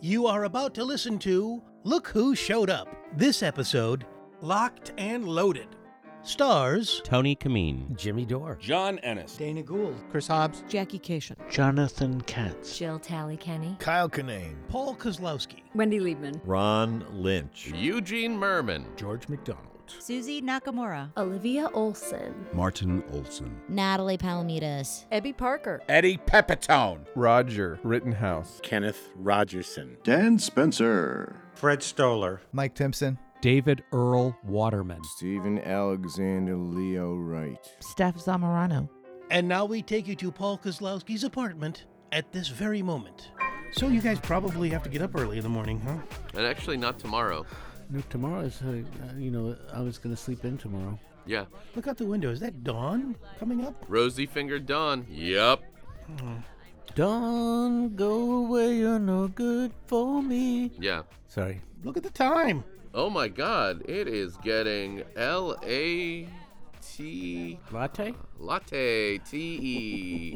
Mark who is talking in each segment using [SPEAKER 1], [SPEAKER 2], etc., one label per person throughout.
[SPEAKER 1] You are about to listen to Look Who Showed Up. This episode
[SPEAKER 2] Locked and loaded.
[SPEAKER 1] stars
[SPEAKER 3] Tony Kameen.
[SPEAKER 4] Jimmy Dore.
[SPEAKER 5] John Ennis.
[SPEAKER 2] Dana Gould.
[SPEAKER 6] Chris Hobbs.
[SPEAKER 7] Jackie Cation.
[SPEAKER 8] Jonathan Katz.
[SPEAKER 9] Jill Tally Kenny.
[SPEAKER 10] Kyle Kinane.
[SPEAKER 1] Paul Kozlowski,
[SPEAKER 11] Wendy Liebman.
[SPEAKER 12] Ron Lynch.
[SPEAKER 13] Eugene Merman.
[SPEAKER 14] George McDonald.
[SPEAKER 15] Susie Nakamura.
[SPEAKER 16] Olivia Olson.
[SPEAKER 17] Martin Olson.
[SPEAKER 18] Natalie Palomitas.
[SPEAKER 19] Ebby Parker.
[SPEAKER 20] Eddie Pepitone.
[SPEAKER 21] Roger Rittenhouse.
[SPEAKER 22] Kenneth Rogerson.
[SPEAKER 23] Dan Spencer.
[SPEAKER 24] Fred Stoller.
[SPEAKER 25] Mike Timpson.
[SPEAKER 4] David Earl Waterman.
[SPEAKER 26] Stephen Alexander Leo Wright.
[SPEAKER 27] Steph Zamorano.
[SPEAKER 1] And now we take you to Paul Kozlowski's apartment at this very moment. So you guys probably have to get up early in the morning, huh?
[SPEAKER 3] And actually, not tomorrow.
[SPEAKER 8] No, tomorrow is, uh, you know, I was going to sleep in tomorrow.
[SPEAKER 3] Yeah.
[SPEAKER 1] Look out the window. Is that dawn coming up?
[SPEAKER 3] Rosy fingered Dawn. Yup.
[SPEAKER 8] Don't go away, you're no good for me.
[SPEAKER 3] Yeah.
[SPEAKER 8] Sorry.
[SPEAKER 1] Look at the time.
[SPEAKER 3] Oh my god, it is getting L A T
[SPEAKER 8] Latte?
[SPEAKER 3] latte T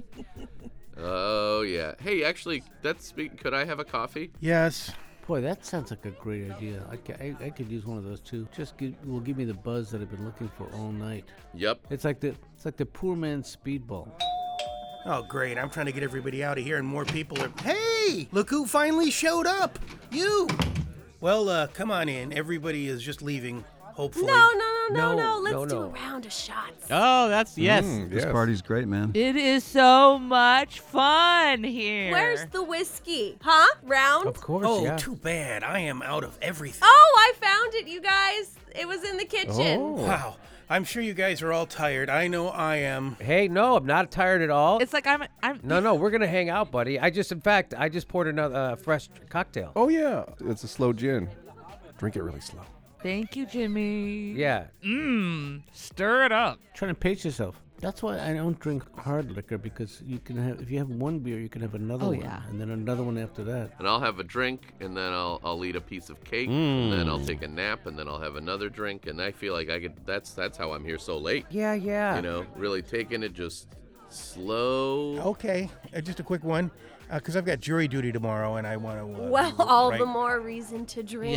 [SPEAKER 3] E. Oh yeah. Hey, actually, that's speak. Could I have a coffee?
[SPEAKER 1] Yes.
[SPEAKER 8] Boy, that sounds like a great idea. I, ca- I, I could use one of those too. Just give, will give me the buzz that I've been looking for all night.
[SPEAKER 3] Yep.
[SPEAKER 8] It's like the it's like the poor man's speedball.
[SPEAKER 2] Oh, great. I'm trying to get everybody out of here, and more people are. Hey! Look who finally showed up! You!
[SPEAKER 1] Well, uh, come on in. Everybody is just leaving, hopefully.
[SPEAKER 16] No, no, no,
[SPEAKER 4] No,
[SPEAKER 16] no, no. Let's
[SPEAKER 4] no,
[SPEAKER 16] do
[SPEAKER 4] no.
[SPEAKER 16] a round of shots.
[SPEAKER 4] Oh, that's yes.
[SPEAKER 21] Mm,
[SPEAKER 14] This
[SPEAKER 21] yes.
[SPEAKER 14] party's great, man.
[SPEAKER 28] It is so much fun here.
[SPEAKER 16] Where's the whiskey? Huh? Round?
[SPEAKER 8] Of course,
[SPEAKER 2] Oh,
[SPEAKER 8] yeah.
[SPEAKER 2] too bad. I am out of everything.
[SPEAKER 16] Oh, I found it, you guys. It was in the kitchen.
[SPEAKER 8] Oh.
[SPEAKER 1] Wow. I'm sure you guys are all tired. I know I am.
[SPEAKER 4] Hey, no, I'm not tired at all.
[SPEAKER 28] It's like I'm I'm
[SPEAKER 4] no, no, we're gonna hang out, buddy. I just, in fact, I just poured another uh, fresh cocktail.
[SPEAKER 21] Oh yeah, it's a slow gin. Drink it really slow.
[SPEAKER 28] Thank you, Jimmy.
[SPEAKER 4] Yeah,
[SPEAKER 28] Mmm. Stir it up.
[SPEAKER 8] Trying to pace yourself. That's why I don't drink hard liquor because you can have if you have one beer, you can have another
[SPEAKER 28] Oh,
[SPEAKER 8] one,
[SPEAKER 28] yeah.
[SPEAKER 8] and then another one after that.
[SPEAKER 3] And I'll have a drink, and then I'll I'll eat a piece of cake, and then
[SPEAKER 8] Hmm.
[SPEAKER 3] I'll take a nap, and then I'll have another drink, and I feel like I could. That's that's how I'm here so late.
[SPEAKER 8] Yeah, yeah.
[SPEAKER 3] You know, really taking it just slow.
[SPEAKER 1] Okay. Uh, just a quick one, because I've got jury duty tomorrow, and I want to. Uh,
[SPEAKER 16] Well,
[SPEAKER 1] be
[SPEAKER 16] all
[SPEAKER 1] right.
[SPEAKER 16] the more reason to drink.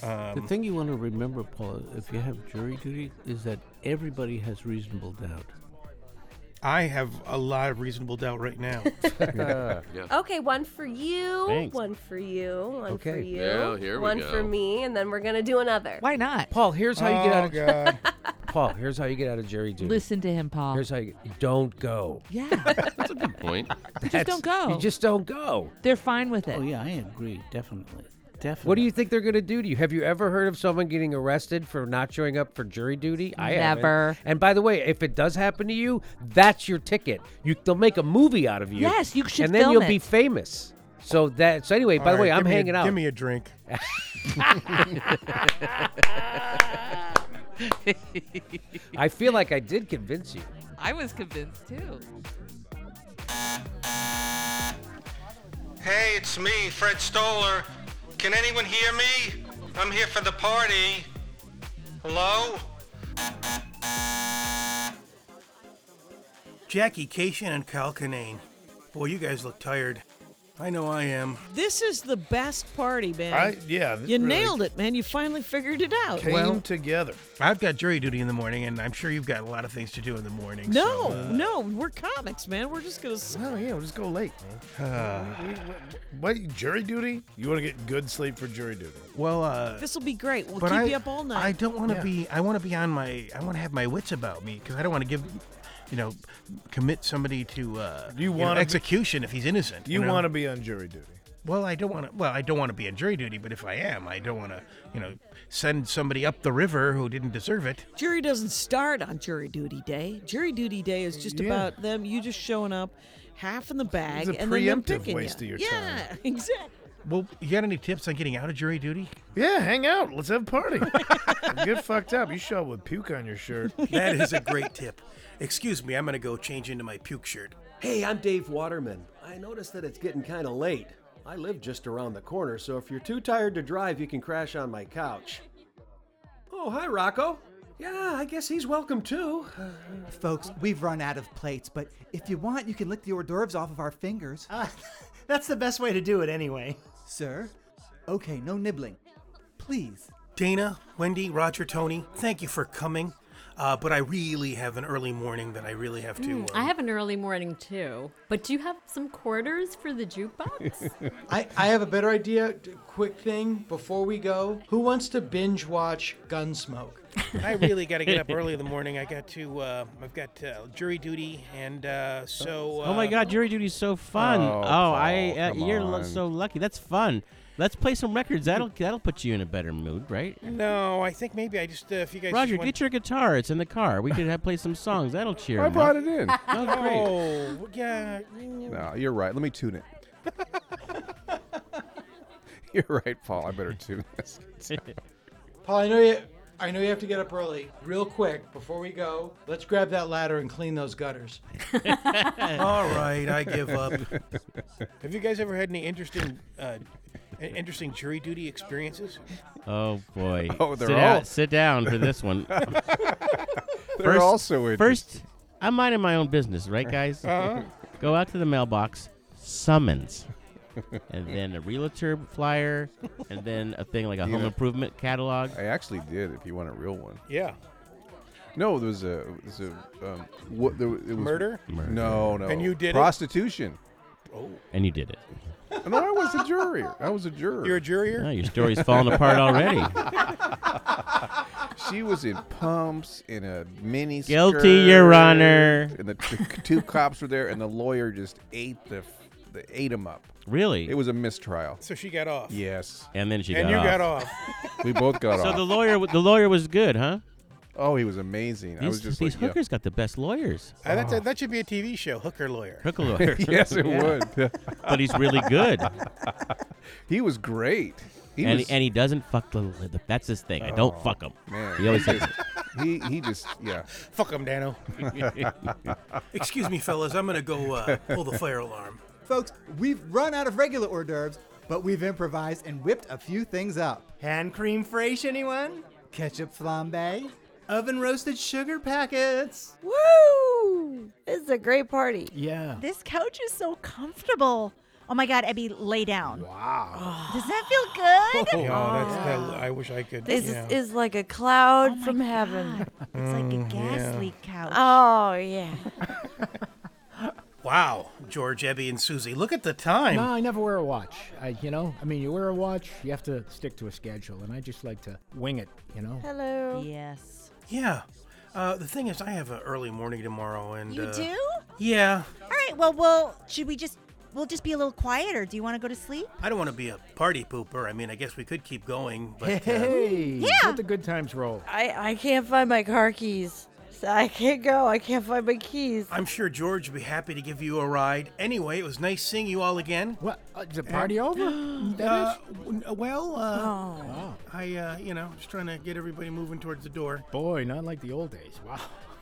[SPEAKER 8] the
[SPEAKER 1] Um,
[SPEAKER 8] thing you want to remember, Paul, if you have jury duty, is that everybody has reasonable doubt.
[SPEAKER 1] I have a lot of reasonable doubt right now.
[SPEAKER 16] Okay, one for you,
[SPEAKER 8] Thanks.
[SPEAKER 16] one for you, one for
[SPEAKER 8] Okay.
[SPEAKER 16] you,
[SPEAKER 3] Yeah, Oh, here we
[SPEAKER 16] one
[SPEAKER 3] go.
[SPEAKER 16] for me, and then we're gonna do another.
[SPEAKER 28] Why not?
[SPEAKER 8] Paul, here's how you get out.
[SPEAKER 1] Oh,
[SPEAKER 8] Of,
[SPEAKER 1] God.
[SPEAKER 8] Paul, here's how you get out of jury duty.
[SPEAKER 28] Listen to him, Paul.
[SPEAKER 8] Here's how you don't go.
[SPEAKER 28] yeah.
[SPEAKER 3] That's a good point.
[SPEAKER 28] You just
[SPEAKER 8] That's-
[SPEAKER 28] don't go.
[SPEAKER 8] You just don't go.
[SPEAKER 28] They're fine with it.
[SPEAKER 4] Oh yeah, I agree, definitely, definitely.
[SPEAKER 8] What do you think they're going to do to you? Have you ever heard of someone getting arrested for not showing up for jury duty? I haven't.
[SPEAKER 28] Never.
[SPEAKER 8] And by the way, if it does happen to you, that's your ticket. You they'll make a movie out of you.
[SPEAKER 28] Yes, you should
[SPEAKER 8] And then
[SPEAKER 28] film
[SPEAKER 8] you'll be
[SPEAKER 28] it.
[SPEAKER 8] famous. So that. So anyway, by
[SPEAKER 1] All
[SPEAKER 8] the way,
[SPEAKER 1] right,
[SPEAKER 8] I'm
[SPEAKER 1] give me a-
[SPEAKER 8] hanging out.
[SPEAKER 1] Give me a drink.
[SPEAKER 8] I feel like I did convince you.
[SPEAKER 28] I was convinced too.
[SPEAKER 29] Hey, it's me, Fred Stoller. Can anyone hear me? I'm here for the party. Hello?
[SPEAKER 2] Jackie Cation and Kyle Kinane. Boy, you guys look tired. I know I am.
[SPEAKER 30] This is the best party, man.
[SPEAKER 10] I yeah.
[SPEAKER 30] you nailed it, man. You finally figured it out.
[SPEAKER 10] Came
[SPEAKER 1] Well-
[SPEAKER 10] together.
[SPEAKER 1] I've got jury duty in the morning, and I'm sure you've got a lot of things to do in the morning.
[SPEAKER 30] no,
[SPEAKER 1] so, uh,
[SPEAKER 30] no, we're comics, man. We're just gonna. s-
[SPEAKER 10] Well, yeah, we'll just go late,
[SPEAKER 1] uh,
[SPEAKER 10] man. We- we- what jury duty? You want to get good sleep for jury duty?
[SPEAKER 1] Well, uh,
[SPEAKER 30] This will be great. We'll
[SPEAKER 1] but
[SPEAKER 30] keep
[SPEAKER 1] I,
[SPEAKER 30] you up all night.
[SPEAKER 1] I don't want to
[SPEAKER 10] Yeah.
[SPEAKER 1] be. I want to be on my. I want to have my wits about me because I don't want to give, you know, commit somebody to uh,
[SPEAKER 10] You
[SPEAKER 1] know,
[SPEAKER 10] wanna be-
[SPEAKER 1] execution if he's innocent.
[SPEAKER 10] You
[SPEAKER 1] know?
[SPEAKER 10] want to be on jury duty?
[SPEAKER 1] Well, I don't want to. Well, I don't want to be on jury duty, but if I am, I don't want to, you know, send somebody up the river who didn't deserve it.
[SPEAKER 30] Jury doesn't start on jury duty day. Jury duty day is just
[SPEAKER 10] Yeah.
[SPEAKER 30] about them. You just showing up, half in the bag,
[SPEAKER 10] a
[SPEAKER 30] and then them
[SPEAKER 10] preemptive
[SPEAKER 30] picking
[SPEAKER 10] waste
[SPEAKER 30] you.
[SPEAKER 10] of your time.
[SPEAKER 30] Yeah, exactly.
[SPEAKER 1] Well, you got any tips on getting out of jury duty?
[SPEAKER 10] Yeah, hang out. Let's have a party. get fucked up. You show up with puke on your shirt.
[SPEAKER 2] That is a great tip. Excuse me, I'm gonna go change into my puke shirt.
[SPEAKER 31] Hey, I'm Dave Waterman. I noticed that it's getting kind of late. I live just around the corner, so if you're too tired to drive, you can crash on my couch. Oh, hi, Rocco. Yeah, I guess he's welcome too.
[SPEAKER 32] Folks, we've run out of plates, but if you
[SPEAKER 8] Ah,
[SPEAKER 32] want, you can lick the hors d'oeuvres off of our fingers.
[SPEAKER 33] That's the best way to do it anyway.
[SPEAKER 32] Sir, Okay, no nibbling. Please.
[SPEAKER 1] Dana, Wendy, Roger, Tony, thank you for coming. Uh, but I really have an early morning that I really have to.
[SPEAKER 16] Hmm.
[SPEAKER 34] Hmm,
[SPEAKER 35] Mm,
[SPEAKER 36] uh,
[SPEAKER 1] um,
[SPEAKER 35] I have an early morning too. But do you have some quarters for the jukebox?
[SPEAKER 9] I, I have a better idea. D- Quick thing before we go. Who wants to binge watch Gunsmoke?
[SPEAKER 36] I really got to get up early in the morning. I got to. Uh, I've got uh, jury duty, and uh, so. Uh,
[SPEAKER 34] oh my God, jury duty's so fun.
[SPEAKER 36] Oh,
[SPEAKER 34] Oh, I
[SPEAKER 36] Paul,
[SPEAKER 34] uh,
[SPEAKER 36] come
[SPEAKER 34] you're
[SPEAKER 36] on.
[SPEAKER 34] l- so lucky. That's fun. Let's play some records. That'll that'll put you in a better mood, right?
[SPEAKER 36] No, I think maybe I just uh, if you guys.
[SPEAKER 34] Roger,
[SPEAKER 36] just want-
[SPEAKER 34] get your guitar. It's in the car. We could have play some songs. That'll cheer.
[SPEAKER 36] I
[SPEAKER 34] him
[SPEAKER 36] brought
[SPEAKER 34] up.
[SPEAKER 36] it in.
[SPEAKER 34] Oh, great.
[SPEAKER 36] Oh yeah.
[SPEAKER 21] No, you're right. Let me tune it. you're right, Paul. I better tune this.
[SPEAKER 9] Paul, I know you. I know you have to get up early. Real quick before we go, let's grab that ladder and clean those gutters.
[SPEAKER 1] All right, I give up.
[SPEAKER 36] Have you guys ever had any interesting, uh, i- interesting jury duty experiences?
[SPEAKER 34] Oh boy.
[SPEAKER 21] Oh, they're
[SPEAKER 34] sit
[SPEAKER 21] all-
[SPEAKER 34] down, sit down for this one.
[SPEAKER 21] They're also
[SPEAKER 34] First, I'm minding my own business, right, guys?
[SPEAKER 21] Uh-huh.
[SPEAKER 34] Go out to the mailbox, summons, and then a realtor flyer, and then a thing like a
[SPEAKER 21] You
[SPEAKER 34] home
[SPEAKER 21] know-
[SPEAKER 34] improvement catalog.
[SPEAKER 21] I actually did. If you want a real one.
[SPEAKER 36] Yeah.
[SPEAKER 21] No, there was a, there was a um, what there, wa- it was
[SPEAKER 36] Murder? Murder.
[SPEAKER 21] No, no.
[SPEAKER 36] And you did it?
[SPEAKER 21] prostitution.
[SPEAKER 36] Oh.
[SPEAKER 34] And you did it.
[SPEAKER 21] No, I was a juror. I was a juror.
[SPEAKER 36] You're a juror?
[SPEAKER 34] Oh, your story's falling apart already.
[SPEAKER 21] she was in pumps in a mini.
[SPEAKER 34] Guilty,
[SPEAKER 21] skirt,
[SPEAKER 34] Your Honor.
[SPEAKER 21] And the two, two cops were there, and the lawyer just ate the, f- the ate him up.
[SPEAKER 34] Really?
[SPEAKER 21] It was a mistrial.
[SPEAKER 36] So she got off.
[SPEAKER 21] Yes.
[SPEAKER 34] And then she
[SPEAKER 36] And
[SPEAKER 34] got
[SPEAKER 36] you
[SPEAKER 34] off.
[SPEAKER 36] got off.
[SPEAKER 21] we both got
[SPEAKER 34] so
[SPEAKER 21] off.
[SPEAKER 34] the lawyer, w- the lawyer was good, huh?
[SPEAKER 21] Oh, he was amazing.
[SPEAKER 34] These,
[SPEAKER 21] I was just
[SPEAKER 34] these
[SPEAKER 21] like, yeah.
[SPEAKER 34] hookers got the best lawyers.
[SPEAKER 36] Uh, that, that should be a TV show, Hooker Lawyer.
[SPEAKER 34] Hooker Lawyer.
[SPEAKER 21] yes, it
[SPEAKER 34] Yeah.
[SPEAKER 21] would.
[SPEAKER 34] But he's really good.
[SPEAKER 21] he was great. He
[SPEAKER 34] and,
[SPEAKER 21] was,
[SPEAKER 34] and he doesn't fuck the, the that's his thing. I don't
[SPEAKER 21] Oh,
[SPEAKER 34] fuck him.
[SPEAKER 21] Man,
[SPEAKER 34] He always says,
[SPEAKER 21] he he just yeah.
[SPEAKER 36] Fuck him, Dano.
[SPEAKER 1] Excuse me, fellas. I'm gonna go uh, pull the fire alarm.
[SPEAKER 32] Folks, we've run out of regular hors d'oeuvres, but we've improvised and whipped a few things up.
[SPEAKER 8] Hand cream fraiche, anyone?
[SPEAKER 32] Ketchup flambe.
[SPEAKER 8] Oven roasted sugar packets.
[SPEAKER 37] Woo! This is a great party.
[SPEAKER 8] Yeah.
[SPEAKER 38] This couch is so comfortable. Oh my God, Abby, lay down.
[SPEAKER 36] Wow.
[SPEAKER 38] Does that feel
[SPEAKER 36] Yeah, Oh,
[SPEAKER 38] good?
[SPEAKER 36] that's,
[SPEAKER 37] Ah.
[SPEAKER 36] that, I wish I could.
[SPEAKER 37] This
[SPEAKER 36] yeah.
[SPEAKER 37] is like a cloud from heaven.
[SPEAKER 36] It's like a Mm, gas yeah.
[SPEAKER 37] leak
[SPEAKER 38] couch.
[SPEAKER 37] Oh yeah.
[SPEAKER 1] Wow, George, Ebby, and Susie. Look at the time.
[SPEAKER 10] No, I never wear a watch. I, you know, I mean, you wear a watch, you have to stick to a schedule, and I just like to wing it. You know.
[SPEAKER 37] Hello.
[SPEAKER 38] Yes.
[SPEAKER 1] Yeah. Uh, the thing is, I have an early morning tomorrow, and
[SPEAKER 38] You
[SPEAKER 1] uh,
[SPEAKER 38] do?
[SPEAKER 1] Yeah,
[SPEAKER 38] All right. Well, well, should we just we'll just be a little quieter? Do you want to go to sleep?
[SPEAKER 1] I don't want to be a party pooper. I mean, I guess we could keep going, but uh,
[SPEAKER 10] Hey,
[SPEAKER 37] Yeah.
[SPEAKER 10] let the good times roll.
[SPEAKER 37] I I can't find my car keys. So I can't go. I can't find my keys.
[SPEAKER 1] I'm sure George would be happy to give you a ride. Anyway, it was nice seeing you all again.
[SPEAKER 10] What? Uh, is the party over? That
[SPEAKER 1] uh,
[SPEAKER 10] is? Oh.
[SPEAKER 1] w- Well, uh, I, uh, you know, just trying to get everybody moving towards the door.
[SPEAKER 10] Boy, not like the old days. Wow.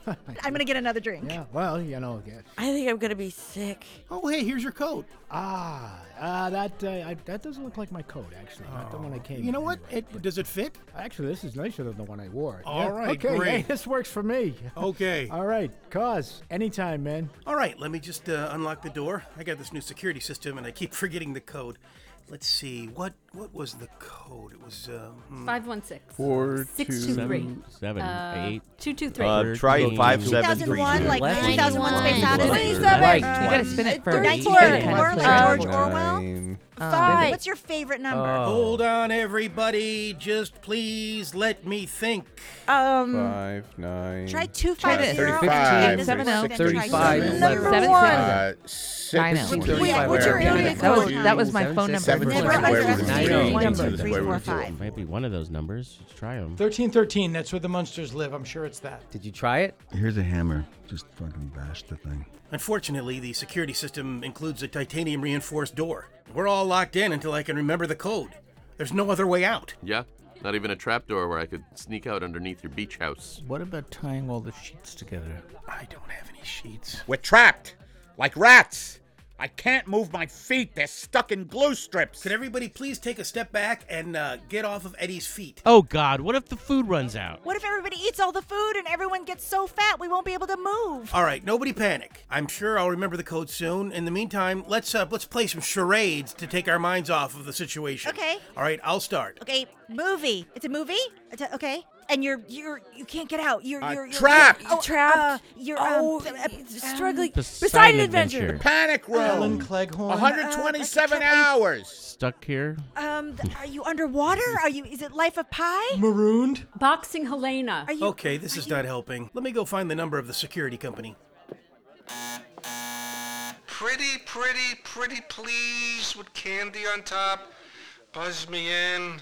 [SPEAKER 38] I'm gonna get another drink.
[SPEAKER 10] Yeah. Well, you know. Yeah.
[SPEAKER 37] I think I'm gonna be sick.
[SPEAKER 1] Oh, hey, here's your coat.
[SPEAKER 10] Ah, uh, that uh, I, that doesn't look like my coat actually. Not the one I came.
[SPEAKER 1] Oh. You know
[SPEAKER 10] in
[SPEAKER 1] what?
[SPEAKER 10] with.
[SPEAKER 1] It, does it fit?
[SPEAKER 10] Actually, this is nicer than the one I wore.
[SPEAKER 1] All right,
[SPEAKER 10] okay,
[SPEAKER 1] great.
[SPEAKER 10] hey, this works for me.
[SPEAKER 1] Okay.
[SPEAKER 10] All right, cause anytime, man.
[SPEAKER 1] All right, let me just uh, unlock the door. I got this new security system, and I keep forgetting the code. Let's see what what was the code? It was um, hmm.
[SPEAKER 35] Five one six.
[SPEAKER 21] Four,
[SPEAKER 35] Six,
[SPEAKER 21] two,
[SPEAKER 35] two, three.
[SPEAKER 34] seven,
[SPEAKER 35] Uh,
[SPEAKER 34] eight,
[SPEAKER 35] two, two, three.
[SPEAKER 39] Uh, try
[SPEAKER 34] thirteen,
[SPEAKER 39] five, seven, three,
[SPEAKER 38] 2001,
[SPEAKER 39] two.
[SPEAKER 38] like 2001 Space
[SPEAKER 39] Eleven,
[SPEAKER 38] Odyssey.
[SPEAKER 39] twelve,
[SPEAKER 38] Twenty-seven.
[SPEAKER 39] thirteen.
[SPEAKER 38] You gotta spin it first.
[SPEAKER 37] Uh, George
[SPEAKER 38] Orwell?
[SPEAKER 37] Five.
[SPEAKER 38] What's your favorite number?
[SPEAKER 34] Oh.
[SPEAKER 1] Hold on, everybody. Just please let me think.
[SPEAKER 37] Um.
[SPEAKER 21] Five, nine.
[SPEAKER 38] Mm. Try two,
[SPEAKER 21] five,
[SPEAKER 38] five,
[SPEAKER 21] zero,
[SPEAKER 38] zero,
[SPEAKER 21] fifteen,
[SPEAKER 38] fifteen,
[SPEAKER 21] seven,
[SPEAKER 38] seven,
[SPEAKER 21] oh,
[SPEAKER 38] seven,
[SPEAKER 21] thirty-five,
[SPEAKER 38] seven,
[SPEAKER 21] eleven,
[SPEAKER 38] seven,
[SPEAKER 21] one.
[SPEAKER 38] seven.
[SPEAKER 21] Uh, six,
[SPEAKER 34] oh.
[SPEAKER 38] I know.
[SPEAKER 21] What's
[SPEAKER 38] Wait,
[SPEAKER 21] your
[SPEAKER 38] what's your
[SPEAKER 21] area
[SPEAKER 38] area
[SPEAKER 21] code?
[SPEAKER 38] code?
[SPEAKER 10] Two,
[SPEAKER 38] That was my
[SPEAKER 10] seven,
[SPEAKER 38] phone
[SPEAKER 10] six,
[SPEAKER 38] number.
[SPEAKER 10] seven,
[SPEAKER 38] Never
[SPEAKER 10] four,
[SPEAKER 38] mind,
[SPEAKER 10] four,
[SPEAKER 38] that's
[SPEAKER 10] nine,
[SPEAKER 38] the
[SPEAKER 10] oh.
[SPEAKER 38] same
[SPEAKER 10] Into
[SPEAKER 38] number.
[SPEAKER 10] the
[SPEAKER 38] Three,
[SPEAKER 10] square
[SPEAKER 38] four,
[SPEAKER 10] root of
[SPEAKER 38] five.
[SPEAKER 34] might be one of those numbers. Just try them.
[SPEAKER 9] 1313, that's where the monsters live. I'm sure it's that.
[SPEAKER 34] Did you try it?
[SPEAKER 14] Here's a hammer. Just fucking bash the thing.
[SPEAKER 1] Unfortunately, the security system includes a titanium reinforced door. We're all locked in until I can remember the code. There's no other way out.
[SPEAKER 3] Yeah, not even a trapdoor where I could sneak out underneath your beach house.
[SPEAKER 4] What about tying all the sheets together?
[SPEAKER 1] I don't have any sheets.
[SPEAKER 26] We're trapped, like rats.
[SPEAKER 39] I can't move my feet. They're stuck in glue strips.
[SPEAKER 1] Could everybody please take a step back and uh, get off of Eddie's feet?
[SPEAKER 34] Oh God! What if the food runs out?
[SPEAKER 38] What if everybody eats all the food and everyone gets so fat we won't be able to move?
[SPEAKER 1] All right, nobody panic. I'm sure I'll remember the code soon. In the meantime, let's uh, let's play some charades to take our minds off of the situation.
[SPEAKER 38] Okay.
[SPEAKER 1] All right, I'll start.
[SPEAKER 38] Okay, movie. It's a movie. It's a, okay, and you're you're you can't get out. You're
[SPEAKER 39] Uh,
[SPEAKER 38] you're, you're
[SPEAKER 39] trapped.
[SPEAKER 38] Oh,
[SPEAKER 37] Trapped.
[SPEAKER 38] uh, you're
[SPEAKER 37] Oh,
[SPEAKER 38] um, uh,
[SPEAKER 37] struggling.
[SPEAKER 34] Beside an adventure.
[SPEAKER 39] Panic
[SPEAKER 38] Oh.
[SPEAKER 39] room.
[SPEAKER 9] Alan Cleghorn.
[SPEAKER 38] Uh,
[SPEAKER 39] 127 hours.
[SPEAKER 34] Stuck here.
[SPEAKER 38] Um, th- are you underwater? Are you? Is it Life of Pi?
[SPEAKER 9] Marooned?
[SPEAKER 35] Boxing Helena.
[SPEAKER 38] Are you?
[SPEAKER 1] Okay, this is not helping. Let me go find the number of the security company.
[SPEAKER 29] Pretty, pretty, pretty please with candy on top. Buzz me in.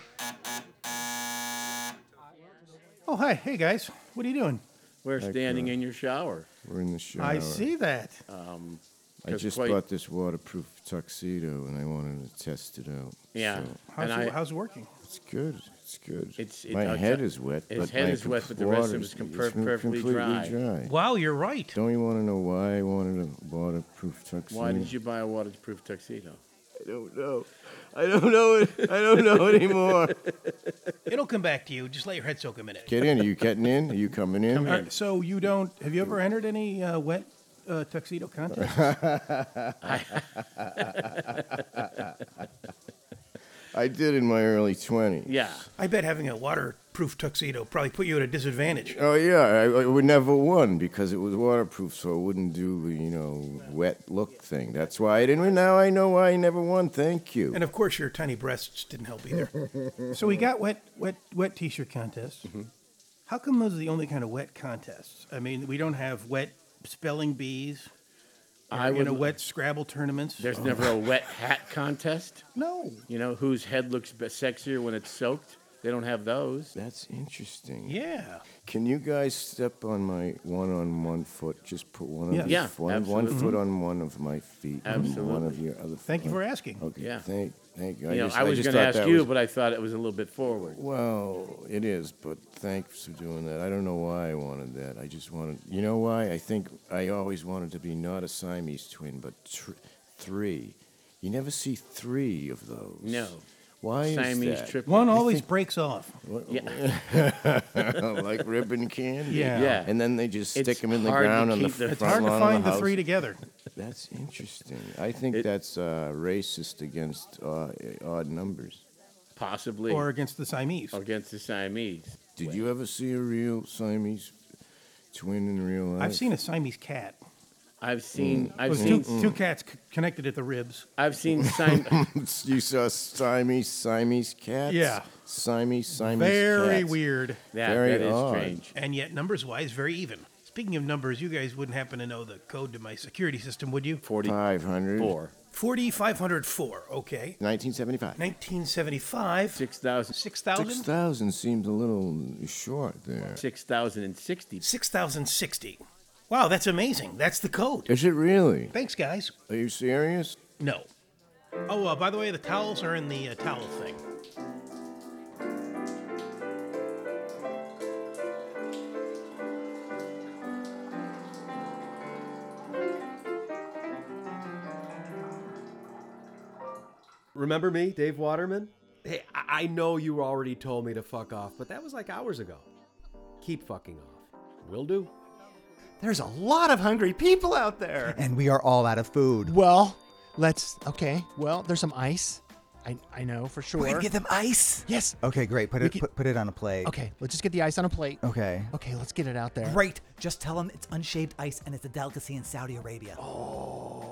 [SPEAKER 1] Oh hi, hey guys, what are you doing?
[SPEAKER 12] We're standing in your shower.
[SPEAKER 26] We're in the shower.
[SPEAKER 1] I see that.
[SPEAKER 12] Um,
[SPEAKER 26] I
[SPEAKER 12] 'cause
[SPEAKER 26] just
[SPEAKER 12] quite-
[SPEAKER 26] bought this waterproof tuxedo and I wanted to test it out.
[SPEAKER 12] Yeah,
[SPEAKER 26] so-
[SPEAKER 1] How's,
[SPEAKER 12] And
[SPEAKER 1] it,
[SPEAKER 12] I-
[SPEAKER 1] how's it working?
[SPEAKER 26] It's good. It's good.
[SPEAKER 12] It's,
[SPEAKER 26] my
[SPEAKER 12] uh,
[SPEAKER 26] head
[SPEAKER 12] ju-
[SPEAKER 26] is wet.
[SPEAKER 12] His
[SPEAKER 26] but
[SPEAKER 12] head
[SPEAKER 26] my
[SPEAKER 12] is wet,
[SPEAKER 26] com-
[SPEAKER 12] but the rest of
[SPEAKER 26] water
[SPEAKER 12] it's
[SPEAKER 26] is
[SPEAKER 12] com-
[SPEAKER 26] it's
[SPEAKER 12] per-
[SPEAKER 26] com-
[SPEAKER 12] perfectly
[SPEAKER 26] completely
[SPEAKER 12] dry.
[SPEAKER 1] Wow, you're right.
[SPEAKER 26] Don't you want to know why I wanted a waterproof tuxedo?
[SPEAKER 12] Why did you buy a waterproof tuxedo?
[SPEAKER 26] I don't know. I don't know it. I don't know anymore.
[SPEAKER 1] It'll come back to you. Just let your head soak a minute.
[SPEAKER 26] Get in. Are you getting in? Are you coming in?
[SPEAKER 1] All right, so you don't? Have you ever entered any uh, wet uh, tuxedo contest?
[SPEAKER 26] I did in my early 20s.
[SPEAKER 12] Yeah.
[SPEAKER 1] I bet having a waterproof tuxedo probably put you at a disadvantage.
[SPEAKER 26] Oh yeah, I, I would never won because it was waterproof, so I wouldn't do the you know wet look thing. That's why I didn't. Now I know why I never won. Thank you.
[SPEAKER 1] And of course, your tiny breasts didn't help either. so we got wet, wet, wet T-shirt contests.
[SPEAKER 12] Mm-hmm.
[SPEAKER 1] How come those are the only kind of wet contests? I mean, we don't have wet spelling bees.
[SPEAKER 12] I
[SPEAKER 1] I you
[SPEAKER 12] would
[SPEAKER 1] know,
[SPEAKER 12] l-
[SPEAKER 1] wet Scrabble tournaments.
[SPEAKER 12] There's never a wet hat contest.
[SPEAKER 1] No.
[SPEAKER 12] You know whose head looks be- sexier when it's soaked? They don't have those.
[SPEAKER 26] That's interesting.
[SPEAKER 1] Yeah.
[SPEAKER 26] Can you guys step on my one on one foot? Just put one of
[SPEAKER 12] Yeah.
[SPEAKER 26] your
[SPEAKER 12] Yeah,
[SPEAKER 26] one, one
[SPEAKER 12] absolutely.
[SPEAKER 26] foot on one of my feet and one of
[SPEAKER 12] Absolutely.
[SPEAKER 26] your other.
[SPEAKER 12] Thank you
[SPEAKER 26] foot.
[SPEAKER 12] for asking.
[SPEAKER 26] Okay.
[SPEAKER 12] Yeah.
[SPEAKER 26] Thank, thank you.
[SPEAKER 12] You know,
[SPEAKER 26] just-
[SPEAKER 12] I was
[SPEAKER 26] just
[SPEAKER 12] going to
[SPEAKER 26] thought
[SPEAKER 12] ask
[SPEAKER 26] that
[SPEAKER 12] you,
[SPEAKER 26] was-
[SPEAKER 12] but I thought it was a little bit forward.
[SPEAKER 26] Well, it is, but thanks for doing that. I don't know why I wanted that. I just wanted, you know why? I think I always wanted to be not a Siamese twin, but tr- three. You never see three of those.
[SPEAKER 12] No.
[SPEAKER 26] Why
[SPEAKER 12] Siamese
[SPEAKER 26] is that?
[SPEAKER 12] triplets.
[SPEAKER 1] One always breaks off.
[SPEAKER 26] What-
[SPEAKER 12] Yeah.
[SPEAKER 26] like ribbon candy.
[SPEAKER 1] Yeah.
[SPEAKER 12] Yeah.
[SPEAKER 26] And then they just stick
[SPEAKER 12] It's
[SPEAKER 26] them in the
[SPEAKER 12] hard to
[SPEAKER 26] ground on the
[SPEAKER 12] keep the-
[SPEAKER 26] front
[SPEAKER 12] It's hard to
[SPEAKER 26] lawn
[SPEAKER 12] find
[SPEAKER 26] of the,
[SPEAKER 12] the three
[SPEAKER 26] house.
[SPEAKER 1] together.
[SPEAKER 26] That's interesting. I think that's uh, racist against uh, odd numbers.
[SPEAKER 12] Possibly.
[SPEAKER 1] Or against the Siamese.
[SPEAKER 12] Against the Siamese.
[SPEAKER 26] Did you ever see a real Siamese twin in real life?
[SPEAKER 1] I've seen a Siamese cat.
[SPEAKER 26] Mm.
[SPEAKER 12] I've seen. I've
[SPEAKER 1] Those
[SPEAKER 12] seen. Mm.
[SPEAKER 1] two, two cats c- connected at the ribs.
[SPEAKER 12] I've seen Siamese.
[SPEAKER 26] you saw Siamese Siamese cats.
[SPEAKER 1] Yeah.
[SPEAKER 26] Siamese Siamese.
[SPEAKER 1] Very
[SPEAKER 26] cats.
[SPEAKER 1] weird.
[SPEAKER 26] Very odd.
[SPEAKER 1] And yet, numbers wise, very even. Speaking of numbers, you guys wouldn't happen to know the code to my security system, would you?
[SPEAKER 26] 500.
[SPEAKER 1] 40504, okay.
[SPEAKER 26] 1975.
[SPEAKER 1] 1975.
[SPEAKER 12] 6,000.
[SPEAKER 1] 6,000?
[SPEAKER 26] 6,000 seems a little short there.
[SPEAKER 12] 6,060.
[SPEAKER 1] 6,060. Wow, that's amazing. That's the code.
[SPEAKER 26] Is it really?
[SPEAKER 1] Thanks, guys.
[SPEAKER 26] Are you serious?
[SPEAKER 1] No. Oh, uh, by the way, the towels are in the uh, towel thing.
[SPEAKER 31] Remember me, Dave Waterman? Hey, I I know you already told me to fuck off, but that was like hours ago. Keep fucking off. Will do.
[SPEAKER 8] There's a lot of hungry people out there.
[SPEAKER 32] And we are all out of food.
[SPEAKER 8] Well, let's. Okay. Well, there's some ice. I, I know for sure.
[SPEAKER 32] We're gonna get them
[SPEAKER 8] ice. Yes.
[SPEAKER 32] Okay, great. Put
[SPEAKER 8] We
[SPEAKER 32] it
[SPEAKER 8] could-
[SPEAKER 32] put, put it on a plate.
[SPEAKER 8] Okay. Let's just get the ice on a plate.
[SPEAKER 32] Okay.
[SPEAKER 8] Okay. Let's get it out there.
[SPEAKER 18] Great. Just tell them it's unshaved ice and it's a delicacy in Saudi Arabia.
[SPEAKER 8] Oh.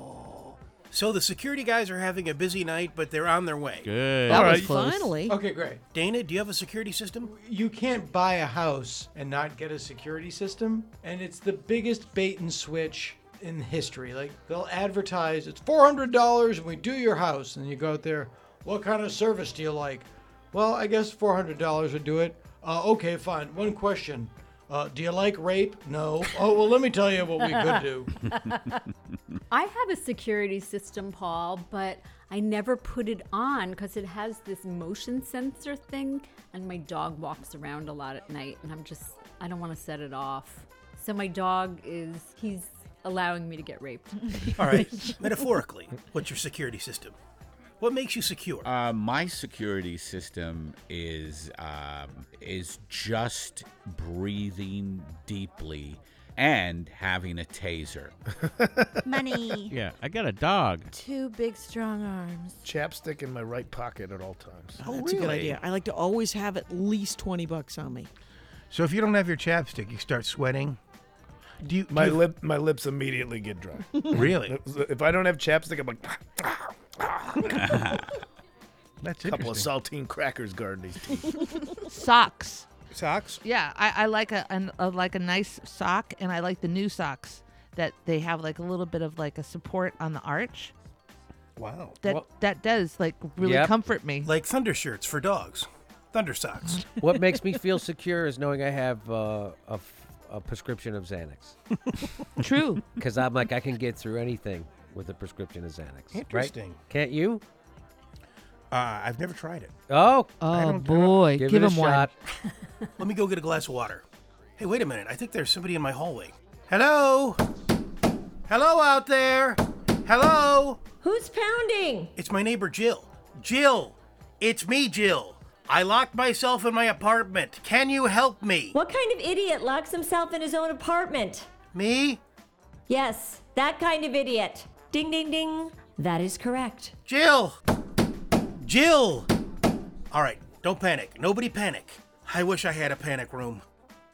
[SPEAKER 1] So the security guys are having a busy night, but they're on their way.
[SPEAKER 34] Good.
[SPEAKER 9] That
[SPEAKER 34] was
[SPEAKER 9] finally. Okay, great.
[SPEAKER 1] Dana, do you have a security system?
[SPEAKER 9] You can't buy a house and not get a security system, and it's the biggest bait and switch in history. Like they'll advertise it's four hundred dollars and we do your house, and you go out there. What kind of service do you like? Well, I guess four hundred dollars would do it. Uh, okay, fine. One question: uh, Do you like rape? No. Oh well, let me tell you what we could do.
[SPEAKER 35] I have a security system, Paul, but I never put it on because it has this motion sensor thing, and my dog walks around a lot at night, and I'm just, I don't want to set it off. So my dog is, he's allowing me to get raped.
[SPEAKER 1] All right. Metaphorically, what's your security system? What makes you secure?
[SPEAKER 40] Uh, my security system is um, is just breathing deeply and having a taser.
[SPEAKER 41] Money.
[SPEAKER 42] Yeah, I got a dog.
[SPEAKER 18] Two big strong arms.
[SPEAKER 10] Chapstick in my right pocket at all times.
[SPEAKER 30] Oh, That's a good
[SPEAKER 10] really?
[SPEAKER 30] idea. I like to always have at least 20 bucks on me.
[SPEAKER 43] So if you don't have your chapstick, you start sweating. Do you? do
[SPEAKER 10] My
[SPEAKER 43] you-
[SPEAKER 10] lip, my lips immediately get dry.
[SPEAKER 43] Really?
[SPEAKER 10] If I don't have chapstick, I'm like. "Ah,
[SPEAKER 43] That's
[SPEAKER 10] a couple of
[SPEAKER 43] interesting.
[SPEAKER 10] saltine crackers guarding these teeth.
[SPEAKER 28] Socks.
[SPEAKER 43] Socks?
[SPEAKER 28] Yeah, I, I like a, an, a like a nice sock, and I like the new socks that they have like a little bit of like a support on the arch.
[SPEAKER 43] Wow.
[SPEAKER 28] That that does like really comfort me.
[SPEAKER 1] Like thunder shirts for dogs, thunder socks.
[SPEAKER 4] what makes me feel secure is knowing I have uh, a, f- a prescription of Xanax.
[SPEAKER 28] True.
[SPEAKER 4] Because I'm like, I can get through anything with a prescription of Xanax. right?
[SPEAKER 1] Interesting.
[SPEAKER 4] Can't you?
[SPEAKER 1] Uh, I've never tried it.
[SPEAKER 4] Oh.
[SPEAKER 1] I don't- I don't-
[SPEAKER 4] Give, it a shot.
[SPEAKER 1] Let me go get a glass of water. Hey, wait a minute. I think there's somebody in my hallway. Hello? Hello out there? Hello?
[SPEAKER 44] Who's pounding?
[SPEAKER 1] It's my neighbor Jill. Jill! It's me, Jill. I locked myself in my apartment. Can you help me?
[SPEAKER 44] What kind of idiot locks himself in his own apartment?
[SPEAKER 1] Me?
[SPEAKER 44] Yes, that kind of idiot. Ding, ding, ding. That is correct.
[SPEAKER 1] Jill! Jill! All right, don't panic. Nobody panic. I wish I had a panic room.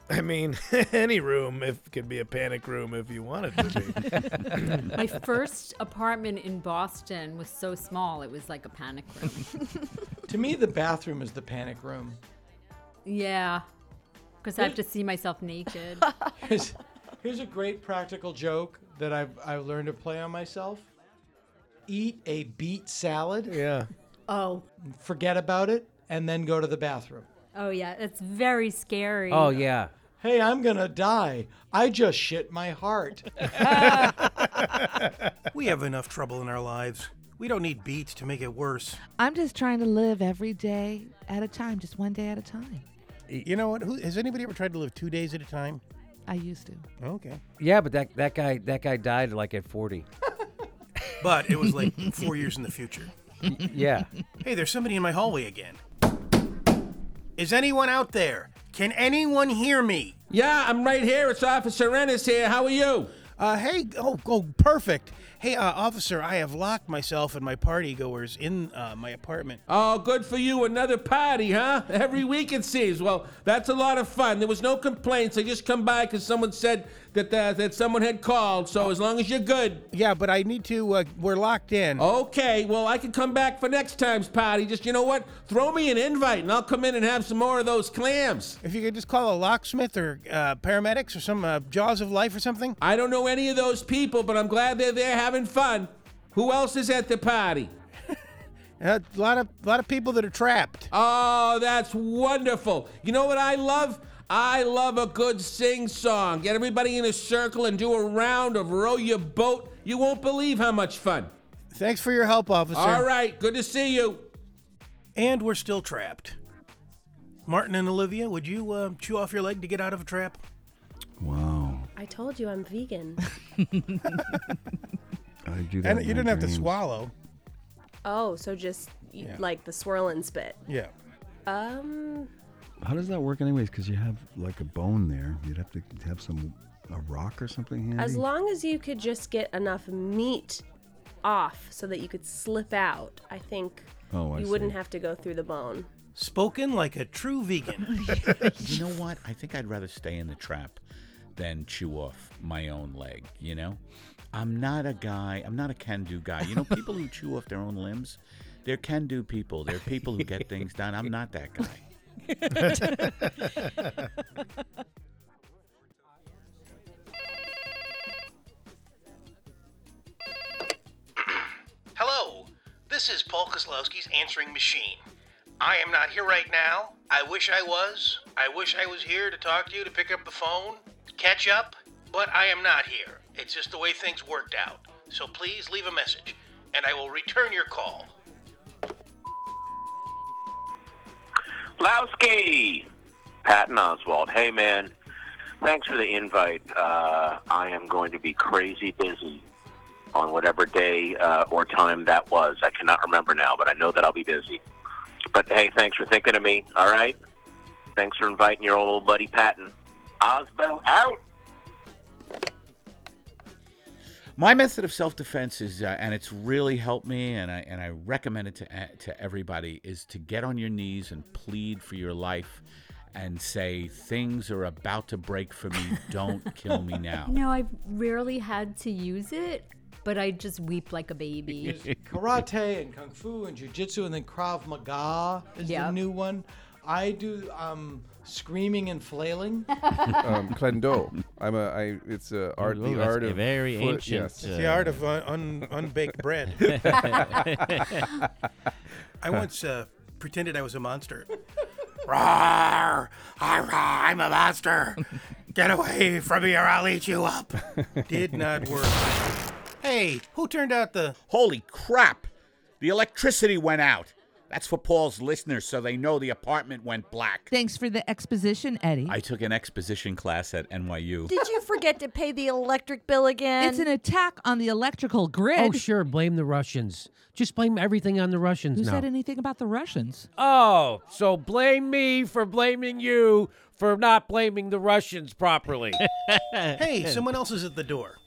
[SPEAKER 10] I mean, any room if could be a panic room if you wanted to be.
[SPEAKER 35] My first apartment in Boston was so small, it was like a panic room.
[SPEAKER 9] To me, the bathroom is the panic room.
[SPEAKER 35] yeah. Because I have to see myself naked.
[SPEAKER 9] Here's, here's a great practical joke that I've, I've learned to play on myself eat a beet salad.
[SPEAKER 10] Yeah.
[SPEAKER 35] Oh.
[SPEAKER 9] Forget about it and then go to the bathroom.
[SPEAKER 35] Oh, yeah. It's very scary.
[SPEAKER 4] yeah.
[SPEAKER 9] Hey, I'm going to die. I just shit my heart.
[SPEAKER 1] We have enough trouble in our lives. We don't need beats to make it worse.
[SPEAKER 28] I'm just trying to live every day at a time, just one day at a time.
[SPEAKER 1] You know what? Who, has anybody ever tried to live two days at a time?
[SPEAKER 28] I used to.
[SPEAKER 1] Okay.
[SPEAKER 4] Yeah, but that, that guy that guy died like at 40.
[SPEAKER 1] But it was like four years in the future.
[SPEAKER 4] yeah.
[SPEAKER 1] Hey, there's somebody in my hallway again. Is anyone out there? Can anyone hear me?
[SPEAKER 45] Yeah, I'm right here. It's Officer Ennis here. How are you?
[SPEAKER 1] Uh, hey, oh, oh, perfect. Hey, uh, officer, I have locked myself and my party goers in uh, my apartment.
[SPEAKER 45] Oh, good for you. Another party, huh? Every week it seems. Well, that's a lot of fun. There was no complaints. I just come by because someone said that uh, that someone had called. So as long as you're good.
[SPEAKER 1] Yeah, but I need to. Uh, we're locked in.
[SPEAKER 45] Okay. Well, I can come back for next time's party. Just you know what? Throw me an invite, and I'll come in and have some more of those clams.
[SPEAKER 1] If you could just call a locksmith or uh, paramedics or some uh, Jaws of Life or something.
[SPEAKER 45] I don't know any of those people, but I'm glad they're there having fun. Who else is at the party?
[SPEAKER 1] A Uh, lot of lot of people that are trapped.
[SPEAKER 45] Oh, that's wonderful. You know what I love? I love a good sing song. Get everybody in a circle and do a round of row your boat. You won't believe how much fun.
[SPEAKER 1] Thanks for your help, officer.
[SPEAKER 45] All right, good to see you.
[SPEAKER 1] And we're still trapped. Martin and Olivia, would you uh, chew off your leg to get out of a trap?
[SPEAKER 14] Wow.
[SPEAKER 16] I told you I'm vegan.
[SPEAKER 14] I do that.
[SPEAKER 1] And
[SPEAKER 14] in
[SPEAKER 1] you
[SPEAKER 14] my
[SPEAKER 1] didn't have to
[SPEAKER 14] dreams.
[SPEAKER 1] swallow.
[SPEAKER 16] oh, so just you,
[SPEAKER 14] Yeah.
[SPEAKER 16] like the swirling spit.
[SPEAKER 1] Yeah.
[SPEAKER 16] Um,
[SPEAKER 14] How does that work, anyways? Because you have like a bone there. You'd have to have some a rock or something handy.
[SPEAKER 16] as long as you could just get enough meat off so that you could slip out, I think
[SPEAKER 1] Oh, I
[SPEAKER 16] you wouldn't
[SPEAKER 1] see.
[SPEAKER 16] have to go through the bone.
[SPEAKER 1] Spoken like a true vegan.
[SPEAKER 40] you know what? I think I'd rather stay in the trap than chew off my own leg, you know? I'm not a guy, I'm not a can do guy. You know, people who chew off their own limbs, they're can do people. They're people who get things done. I'm not that guy.
[SPEAKER 1] Hello, this is Paul Kozlowski's answering machine. I am not here right now. I wish I was. I wish I was here to talk to you, to pick up the phone, catch up, but I am not here. It's just the way things worked out. So please leave a message, and I will return your call.
[SPEAKER 46] Lowski! Patton Oswald. Hey, man.
[SPEAKER 3] Thanks for the invite. Uh, I am going to be crazy busy on whatever day uh, or time that was. I cannot remember now, but I know that I'll be busy. But hey, thanks for thinking of me. All right. Thanks for inviting your old buddy Patton. Osbo out.
[SPEAKER 40] My method of self-defense is, uh, and it's really helped me, and I and I recommend it to e- to everybody, is to get on your knees and plead for your life, and say things are about to break for me. Don't kill me now.
[SPEAKER 35] No, I've rarely had to use it, but I just weep like a baby.
[SPEAKER 9] karate and kung fu and jujitsu and then Krav Maga is the
[SPEAKER 35] Yep.
[SPEAKER 9] new one. I do um, screaming and flailing.
[SPEAKER 4] um, Clendo. I'm a. I. It's a art.
[SPEAKER 34] Ooh,
[SPEAKER 4] the
[SPEAKER 34] that's
[SPEAKER 4] art of
[SPEAKER 34] very
[SPEAKER 4] foot-
[SPEAKER 34] ancient,
[SPEAKER 4] Yes.
[SPEAKER 34] uh,
[SPEAKER 1] The art of un, un, unbaked bread. I once uh, pretended I was a monster. Roar! I roar! I'm a monster! Get away from me or I'll eat you up! Did not work. Hey, who turned out the.
[SPEAKER 40] Holy crap! The electricity went out. That's for Paul's listeners so they know the apartment went black.
[SPEAKER 28] Thanks for the exposition, Eddie.
[SPEAKER 40] I took an exposition class at NYU.
[SPEAKER 37] Did you forget to pay the electric bill again?
[SPEAKER 28] It's an attack on the electrical grid.
[SPEAKER 10] Oh, sure, blame the Russians. Just blame everything on the Russians
[SPEAKER 28] Who
[SPEAKER 10] now.
[SPEAKER 28] said anything about the Russians?
[SPEAKER 22] Oh, so blame me for blaming you for not blaming the Russians properly.
[SPEAKER 1] Hey, someone else is at the door.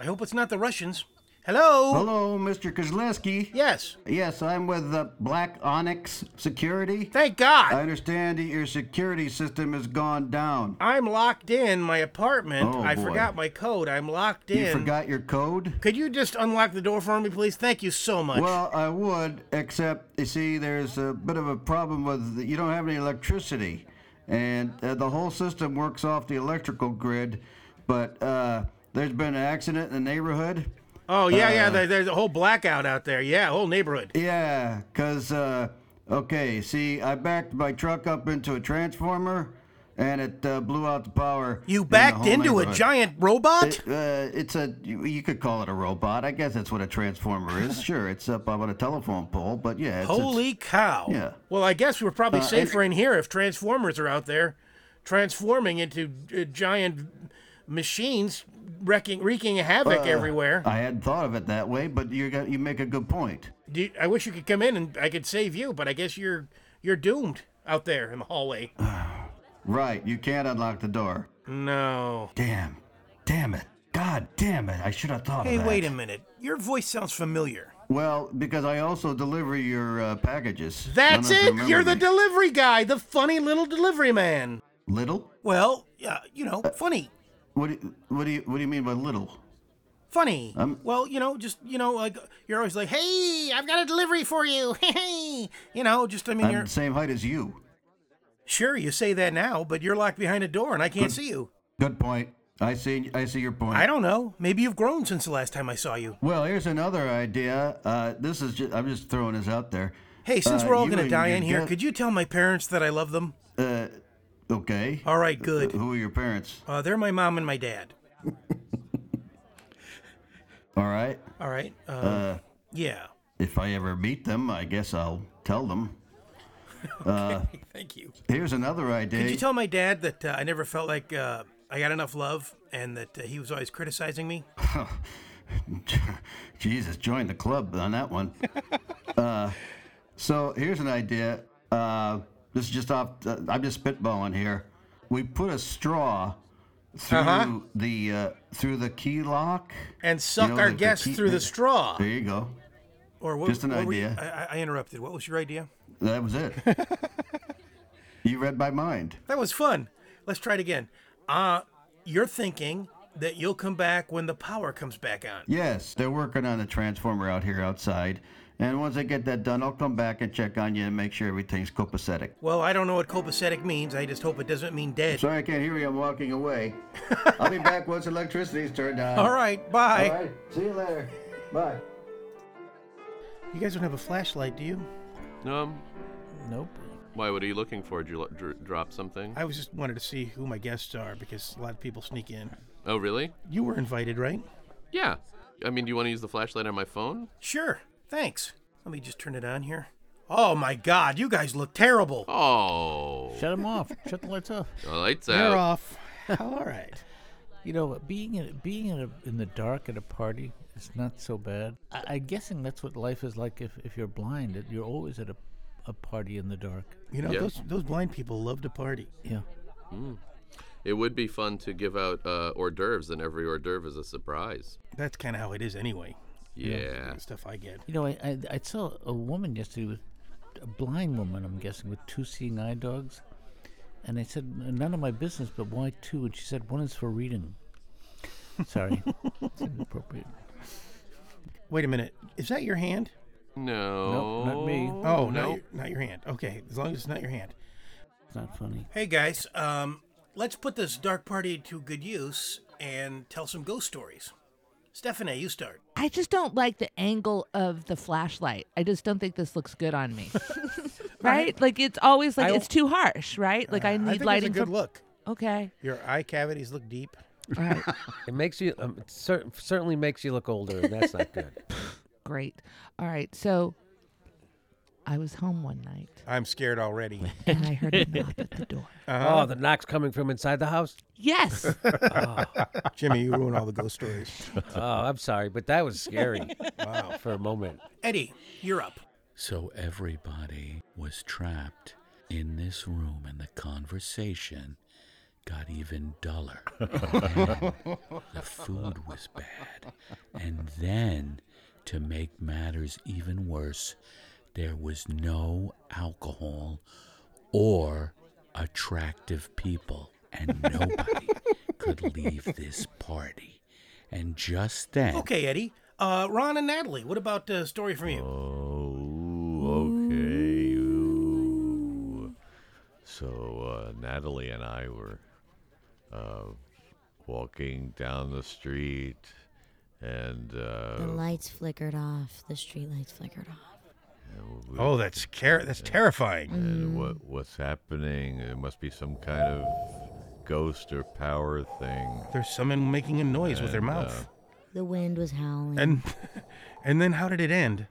[SPEAKER 1] I hope it's not the Russians. Hello?
[SPEAKER 39] Hello, Mr. Kozlowski.
[SPEAKER 1] Yes.
[SPEAKER 39] Yes, I'm with uh, Black Onyx Security.
[SPEAKER 1] Thank God.
[SPEAKER 39] I understand that your security system has gone down.
[SPEAKER 1] I'm locked in my apartment.
[SPEAKER 39] Oh,
[SPEAKER 1] I
[SPEAKER 39] boy.
[SPEAKER 1] forgot my code. I'm locked in.
[SPEAKER 39] You forgot your code?
[SPEAKER 1] Could you just unlock the door for me, please? Thank you so much.
[SPEAKER 39] Well, I would, except you see, there's a bit of a problem with you don't have any electricity, and uh, the whole system works off the electrical grid. But uh, there's been an accident in the neighborhood.
[SPEAKER 1] oh, yeah, yeah.
[SPEAKER 39] Uh,
[SPEAKER 1] There, there's a whole blackout out there. Yeah, whole neighborhood.
[SPEAKER 39] Yeah, cause uh, okay, see, I backed my truck up into a transformer, and it uh, blew out the power.
[SPEAKER 1] You
[SPEAKER 39] in the
[SPEAKER 1] backed
[SPEAKER 39] whole
[SPEAKER 1] into a
[SPEAKER 39] neighborhood.
[SPEAKER 1] giant robot?
[SPEAKER 39] It, uh, it's a you, you could call it a robot. I guess that's what a transformer is. sure, it's up on a telephone pole, but yeah. It's, it's-
[SPEAKER 1] Holy cow.
[SPEAKER 39] Yeah.
[SPEAKER 1] Well, I guess we're probably
[SPEAKER 39] Uh, and-
[SPEAKER 1] safer in here if Transformers are out there transforming into uh, giant machines, wrecking, wreaking havoc
[SPEAKER 39] Uh,
[SPEAKER 1] everywhere.
[SPEAKER 39] I hadn't thought of it that way, but you got you make a good point.
[SPEAKER 1] Do you- I wish you could come in and I could save you, but I guess you're you're doomed out there in the hallway.
[SPEAKER 39] Uh, Right, you can't unlock the door.
[SPEAKER 1] No.
[SPEAKER 39] Damn. Damn it. God damn it. I should have thought
[SPEAKER 1] Hey,
[SPEAKER 39] of that.
[SPEAKER 1] wait a minute. Your voice sounds familiar.
[SPEAKER 39] Well, because I also deliver your uh, packages. I don't
[SPEAKER 1] That's
[SPEAKER 39] know if you
[SPEAKER 1] it.
[SPEAKER 39] remember
[SPEAKER 1] You're the
[SPEAKER 39] me.
[SPEAKER 1] delivery guy, the funny little delivery man.
[SPEAKER 39] little.
[SPEAKER 1] Well, yeah, you know, funny,
[SPEAKER 39] What do, you- what do you what do you mean by little?
[SPEAKER 1] funny.
[SPEAKER 39] Um,
[SPEAKER 1] well, you know, just you know, like you're always like, "Hey, I've got a delivery for you." Hey, you know, just I mean,
[SPEAKER 39] I'm
[SPEAKER 1] you're
[SPEAKER 39] the same height as you.
[SPEAKER 1] sure you say that now, but you're locked behind a door and I can't see you.
[SPEAKER 39] Good point. I see I see your point.
[SPEAKER 1] I don't know. Maybe you've grown since the last time I saw you.
[SPEAKER 39] Well, here's another idea. Uh, this is just, I'm just throwing this out there.
[SPEAKER 1] Hey, since
[SPEAKER 39] Uh,
[SPEAKER 1] we're all
[SPEAKER 39] you
[SPEAKER 1] gonna
[SPEAKER 39] and
[SPEAKER 1] die
[SPEAKER 39] your
[SPEAKER 1] in here,
[SPEAKER 39] dad-
[SPEAKER 1] could you tell my parents that I love them?
[SPEAKER 39] Uh, okay.
[SPEAKER 1] All right, good.
[SPEAKER 39] Uh, who are your parents?
[SPEAKER 1] Uh, they're my mom and my dad.
[SPEAKER 39] All right.
[SPEAKER 1] All right. Uh,
[SPEAKER 39] Uh,
[SPEAKER 1] yeah.
[SPEAKER 39] If I ever meet them, I guess I'll tell them. Uh,
[SPEAKER 1] Thank you.
[SPEAKER 39] here's another idea.
[SPEAKER 1] Could you tell my dad that uh, I never felt like uh, I got enough love and that uh, he was always criticizing me?
[SPEAKER 39] Jesus, join the club on that one. uh, so here's an idea. Uh, this is just off. Uh, I'm just spitballing here. We put a straw through
[SPEAKER 1] Uh-huh.
[SPEAKER 39] the uh, through the key lock.
[SPEAKER 1] And suck
[SPEAKER 39] know,
[SPEAKER 1] our
[SPEAKER 39] the- the
[SPEAKER 1] guests
[SPEAKER 39] key-
[SPEAKER 1] through the straw.
[SPEAKER 39] There you go.
[SPEAKER 1] Or what,
[SPEAKER 39] Just an
[SPEAKER 1] what were you-
[SPEAKER 39] idea.
[SPEAKER 1] I, I interrupted. What was your idea?
[SPEAKER 39] That was it. you read my mind.
[SPEAKER 1] That was fun. Let's try it again. Uh, you're thinking that you'll come back when the power comes back on.
[SPEAKER 39] Yes, they're working on the transformer out here outside. And once I get that done, I'll come back and check on you and make sure everything's copacetic.
[SPEAKER 1] Well, I don't know what copacetic means. I just hope it doesn't mean dead.
[SPEAKER 39] Sorry, I can't hear you. I'm walking away. I'll be back once electricity's turned on.
[SPEAKER 1] All right, bye.
[SPEAKER 39] All right, see you later. Bye.
[SPEAKER 1] You guys don't have a flashlight, do you?
[SPEAKER 12] Um,
[SPEAKER 1] Nope.
[SPEAKER 12] why? What are you looking for? Did you lo- dr- drop something?
[SPEAKER 1] I was just wanted to see who my guests are because a lot of people sneak in.
[SPEAKER 12] Oh, really?
[SPEAKER 1] You were invited, right?
[SPEAKER 12] Yeah. I mean, do you want to use the flashlight on my phone?
[SPEAKER 1] Sure. Thanks. Let me just turn it on here. Oh my God, you guys look terrible.
[SPEAKER 12] Oh.
[SPEAKER 1] Shut them off. Shut the lights off.
[SPEAKER 12] The lights
[SPEAKER 1] They're
[SPEAKER 12] out.
[SPEAKER 1] off.
[SPEAKER 8] all right. You know, being in, being in, a, in the dark at a party is not so bad. I, I'm guessing that's what life is like if, if you're blind. that You're always at a, a party in the dark.
[SPEAKER 1] You know, those those blind people love to party.
[SPEAKER 8] Yeah.
[SPEAKER 12] Mm. It would be fun to give out uh, hors d'oeuvres, and every hors d'oeuvre is a surprise.
[SPEAKER 1] That's kind of how it is anyway.
[SPEAKER 12] Yeah.
[SPEAKER 1] Stuff I get.
[SPEAKER 8] You know, I, I, I saw a woman yesterday with a blind woman, I'm guessing, with two seeing eye dogs. And I said, "N- none of my business, but why two? And she said, one is for reading. Sorry. it's inappropriate.
[SPEAKER 1] Wait a minute. Is that your hand?
[SPEAKER 12] No.
[SPEAKER 8] not me.
[SPEAKER 1] Oh, no,
[SPEAKER 8] Nope.
[SPEAKER 1] not your hand. Okay, as long as it's not your hand.
[SPEAKER 8] It's not funny.
[SPEAKER 1] Hey guys, um, let's put this dark party to good use and tell some ghost stories. Stephanie, you start.
[SPEAKER 28] I just don't like the angle of the flashlight. I just don't think this looks good on me. right? Like it's always like
[SPEAKER 1] I-
[SPEAKER 28] it's too harsh, right? Like
[SPEAKER 1] Uh, I
[SPEAKER 28] I need
[SPEAKER 1] think it's a
[SPEAKER 28] lighting.
[SPEAKER 1] good
[SPEAKER 28] from-
[SPEAKER 1] look.
[SPEAKER 28] Okay.
[SPEAKER 1] Your eye cavities look deep.
[SPEAKER 10] it makes you um, it cer- certainly makes you look older, and that's not good.
[SPEAKER 28] Great. All right. So I was home one night.
[SPEAKER 1] I'm scared already.
[SPEAKER 28] And I heard a knock at the door.
[SPEAKER 1] Uh-huh.
[SPEAKER 10] Oh, the knock's coming from inside the house.
[SPEAKER 28] Yes.
[SPEAKER 10] oh.
[SPEAKER 1] Jimmy, you ruin all the ghost stories.
[SPEAKER 10] Oh, I'm sorry, but that was scary.
[SPEAKER 1] Wow.
[SPEAKER 10] For a moment.
[SPEAKER 1] Eddie, you're up.
[SPEAKER 40] So everybody was trapped in this room, and the conversation got even duller. And the food was bad. And then, to make matters even worse, there was no alcohol or attractive people, and nobody could leave this party. And just then.
[SPEAKER 1] Okay, Eddie. Uh, Ron and Natalie, what about a story from you?
[SPEAKER 38] Oh, okay. Ooh. So uh, Natalie and I were uh, walking down the street, and uh,
[SPEAKER 26] The lights flickered off. The street lights flickered off.
[SPEAKER 38] we-
[SPEAKER 1] Oh, that's car- that's terrifying.
[SPEAKER 38] And what what's happening? It must be some kind of ghost or power thing.
[SPEAKER 1] There's someone making a noise with their
[SPEAKER 38] And, uh,
[SPEAKER 1] mouth.
[SPEAKER 26] The wind was howling.
[SPEAKER 1] And and then how did it end?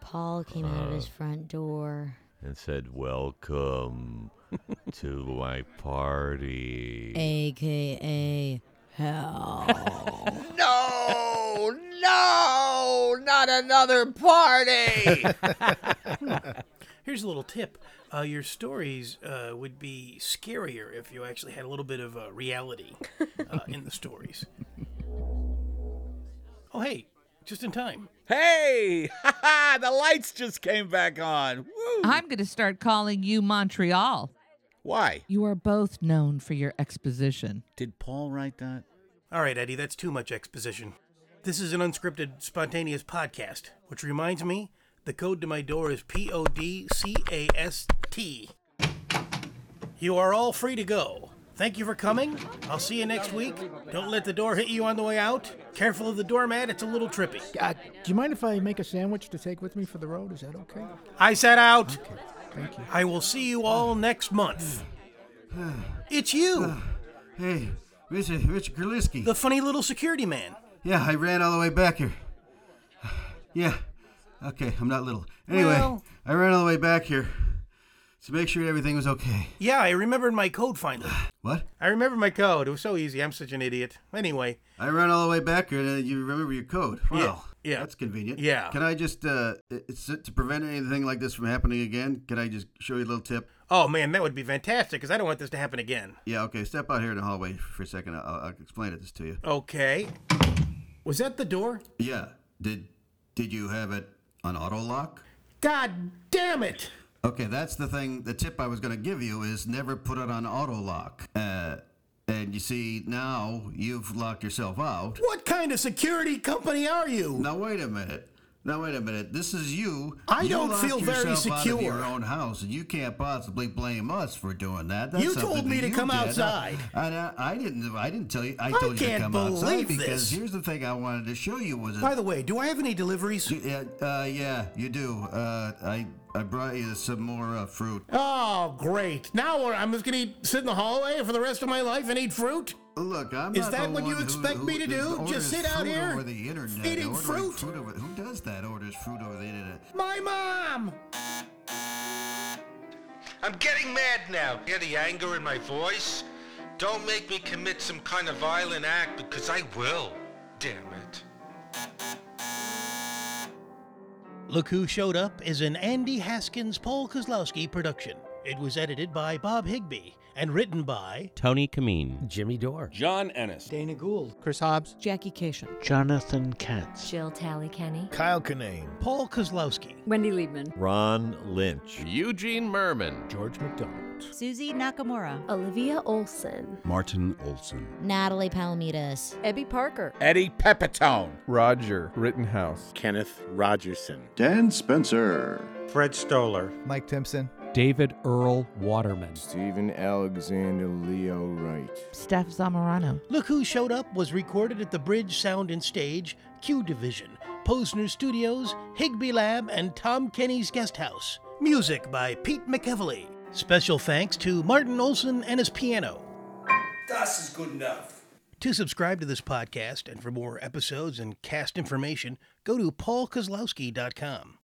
[SPEAKER 26] Paul came out of his
[SPEAKER 38] Uh.
[SPEAKER 26] front door.
[SPEAKER 38] and said, "Welcome to my party."
[SPEAKER 26] AKA hell.
[SPEAKER 18] no, no, not another party.
[SPEAKER 1] Here's a little tip. Uh, your stories uh, would be scarier if you actually had a little bit of uh, reality uh, in the stories. Oh, hey, just in time.
[SPEAKER 40] Hey! the lights just came back on.
[SPEAKER 28] I'm going to start calling you Montreal.
[SPEAKER 40] Why?
[SPEAKER 28] You are both known for your exposition.
[SPEAKER 40] Did Paul write that?
[SPEAKER 1] All right, Eddie, that's too much exposition. This is an unscripted, spontaneous podcast, which reminds me the code to my door is P O D C A S T. You are all free to go. Thank you for coming. I'll see you next week. Don't let the door hit you on the way out. Careful of the doormat, it's a little trippy.
[SPEAKER 21] Uh, do you mind if I make a sandwich to take with me for the road? Is that okay?
[SPEAKER 1] I set out. I will see you all next month. It's you.
[SPEAKER 39] Hey, Richard, Richard Gerliski.
[SPEAKER 1] The funny little security man.
[SPEAKER 39] Yeah, I ran all the way back here. Yeah. Okay, I'm not little. Anyway,
[SPEAKER 1] Well-
[SPEAKER 39] I ran all the way back here to make sure everything was okay.
[SPEAKER 1] Yeah, I remembered my code finally.
[SPEAKER 39] What?
[SPEAKER 1] I remember my code. It was so easy. I'm such an idiot. Anyway,
[SPEAKER 39] I ran all the way back here, and you remember your code. Wow.
[SPEAKER 1] Yeah, yeah.
[SPEAKER 39] That's convenient.
[SPEAKER 1] Yeah.
[SPEAKER 39] Can I just, uh, it's, to prevent anything like this from happening again, can I just show you a little tip?
[SPEAKER 1] oh man, that would be fantastic because I don't want this to happen again.
[SPEAKER 39] Yeah, okay, step out here in the hallway for a second. I'll, I'll explain this to you.
[SPEAKER 1] Okay. Was that the door?
[SPEAKER 39] Yeah. Did did you have it on auto lock?
[SPEAKER 1] God damn it!
[SPEAKER 39] Okay, that's the thing. The tip I was going to give you is never put it on auto lock. Uh, and you see, now you've locked yourself out.
[SPEAKER 1] What kind of security company are you?
[SPEAKER 39] Now wait a minute. Now wait a minute. This is you.
[SPEAKER 1] I
[SPEAKER 39] You
[SPEAKER 1] don't
[SPEAKER 39] locked
[SPEAKER 1] feel very
[SPEAKER 39] yourself Out of
[SPEAKER 1] secure.
[SPEAKER 39] your own house, and you can't possibly blame us for doing that. That's
[SPEAKER 1] You
[SPEAKER 39] something
[SPEAKER 1] told me
[SPEAKER 39] that
[SPEAKER 1] to
[SPEAKER 39] you
[SPEAKER 1] come
[SPEAKER 39] did.
[SPEAKER 1] outside.
[SPEAKER 39] I, I, uh, I didn't. I didn't tell you. I
[SPEAKER 1] I
[SPEAKER 39] told you to
[SPEAKER 1] can't
[SPEAKER 39] come outside
[SPEAKER 1] believe
[SPEAKER 39] because
[SPEAKER 1] this.
[SPEAKER 39] here's the thing I wanted to show you was.
[SPEAKER 1] By the way, do I have any deliveries?
[SPEAKER 39] Yeah, uh, yeah, you do. Uh, I I brought you some more uh, fruit.
[SPEAKER 1] Oh, great. Now we're- I'm just going to sit in the hallway for the rest of my life and eat fruit?
[SPEAKER 39] Look, I'm
[SPEAKER 1] Is
[SPEAKER 39] not
[SPEAKER 1] that
[SPEAKER 39] the
[SPEAKER 1] what you
[SPEAKER 39] one who-
[SPEAKER 1] expect
[SPEAKER 39] who
[SPEAKER 1] me to do?
[SPEAKER 39] orders
[SPEAKER 1] Just sit out
[SPEAKER 39] fruit
[SPEAKER 1] here
[SPEAKER 39] over the internet,
[SPEAKER 1] eating
[SPEAKER 39] ordering
[SPEAKER 1] fruit?
[SPEAKER 39] over- who does that? Orders fruit over the internet.
[SPEAKER 1] My mom!
[SPEAKER 46] I'm getting mad now. Hear the anger in my voice?
[SPEAKER 29] Don't make me commit some kind of violent act because I will. Damn it.
[SPEAKER 1] Look Who Showed Up is an Andy Haskins Paul Kozlowski production. It was edited by Bob Higby and written by
[SPEAKER 39] Tony Kameen.
[SPEAKER 47] Jimmy Dore.
[SPEAKER 39] John Ennis.
[SPEAKER 48] Dana Gould.
[SPEAKER 39] Chris Hobbs.
[SPEAKER 18] Jackie Cation.
[SPEAKER 34] Jonathan Katz.
[SPEAKER 18] Jill Tally Kenny.
[SPEAKER 1] Kyle Kinane, Paul Kozlowski,
[SPEAKER 9] Wendy Liebman,
[SPEAKER 12] Ron Lynch.
[SPEAKER 49] Eugene Merman.
[SPEAKER 12] George McDonald.
[SPEAKER 18] Susie Nakamura.
[SPEAKER 50] Olivia Olson.
[SPEAKER 22] Martin Olson.
[SPEAKER 18] Natalie Palomitas.
[SPEAKER 51] Ebby Parker.
[SPEAKER 22] Eddie Pepitone.
[SPEAKER 52] Roger Rittenhouse.
[SPEAKER 53] Kenneth Rogerson.
[SPEAKER 54] Dan Spencer.
[SPEAKER 53] Fred Stoller.
[SPEAKER 55] Mike Timpson.
[SPEAKER 56] David Earl Waterman.
[SPEAKER 26] Stephen Alexander Leo Wright.
[SPEAKER 28] Steph Zamorano.
[SPEAKER 1] Look Who Showed Up was recorded at the Bridge Sound and Stage, Q Division, Posner Studios, Higby Lab, and Tom Kenny's Guest House. Music by Pete McEvely. Special thanks to Martin Olson and his piano.
[SPEAKER 29] Das is good enough.
[SPEAKER 1] To subscribe to this podcast and for more episodes and cast information, go to paulkozlowski.com.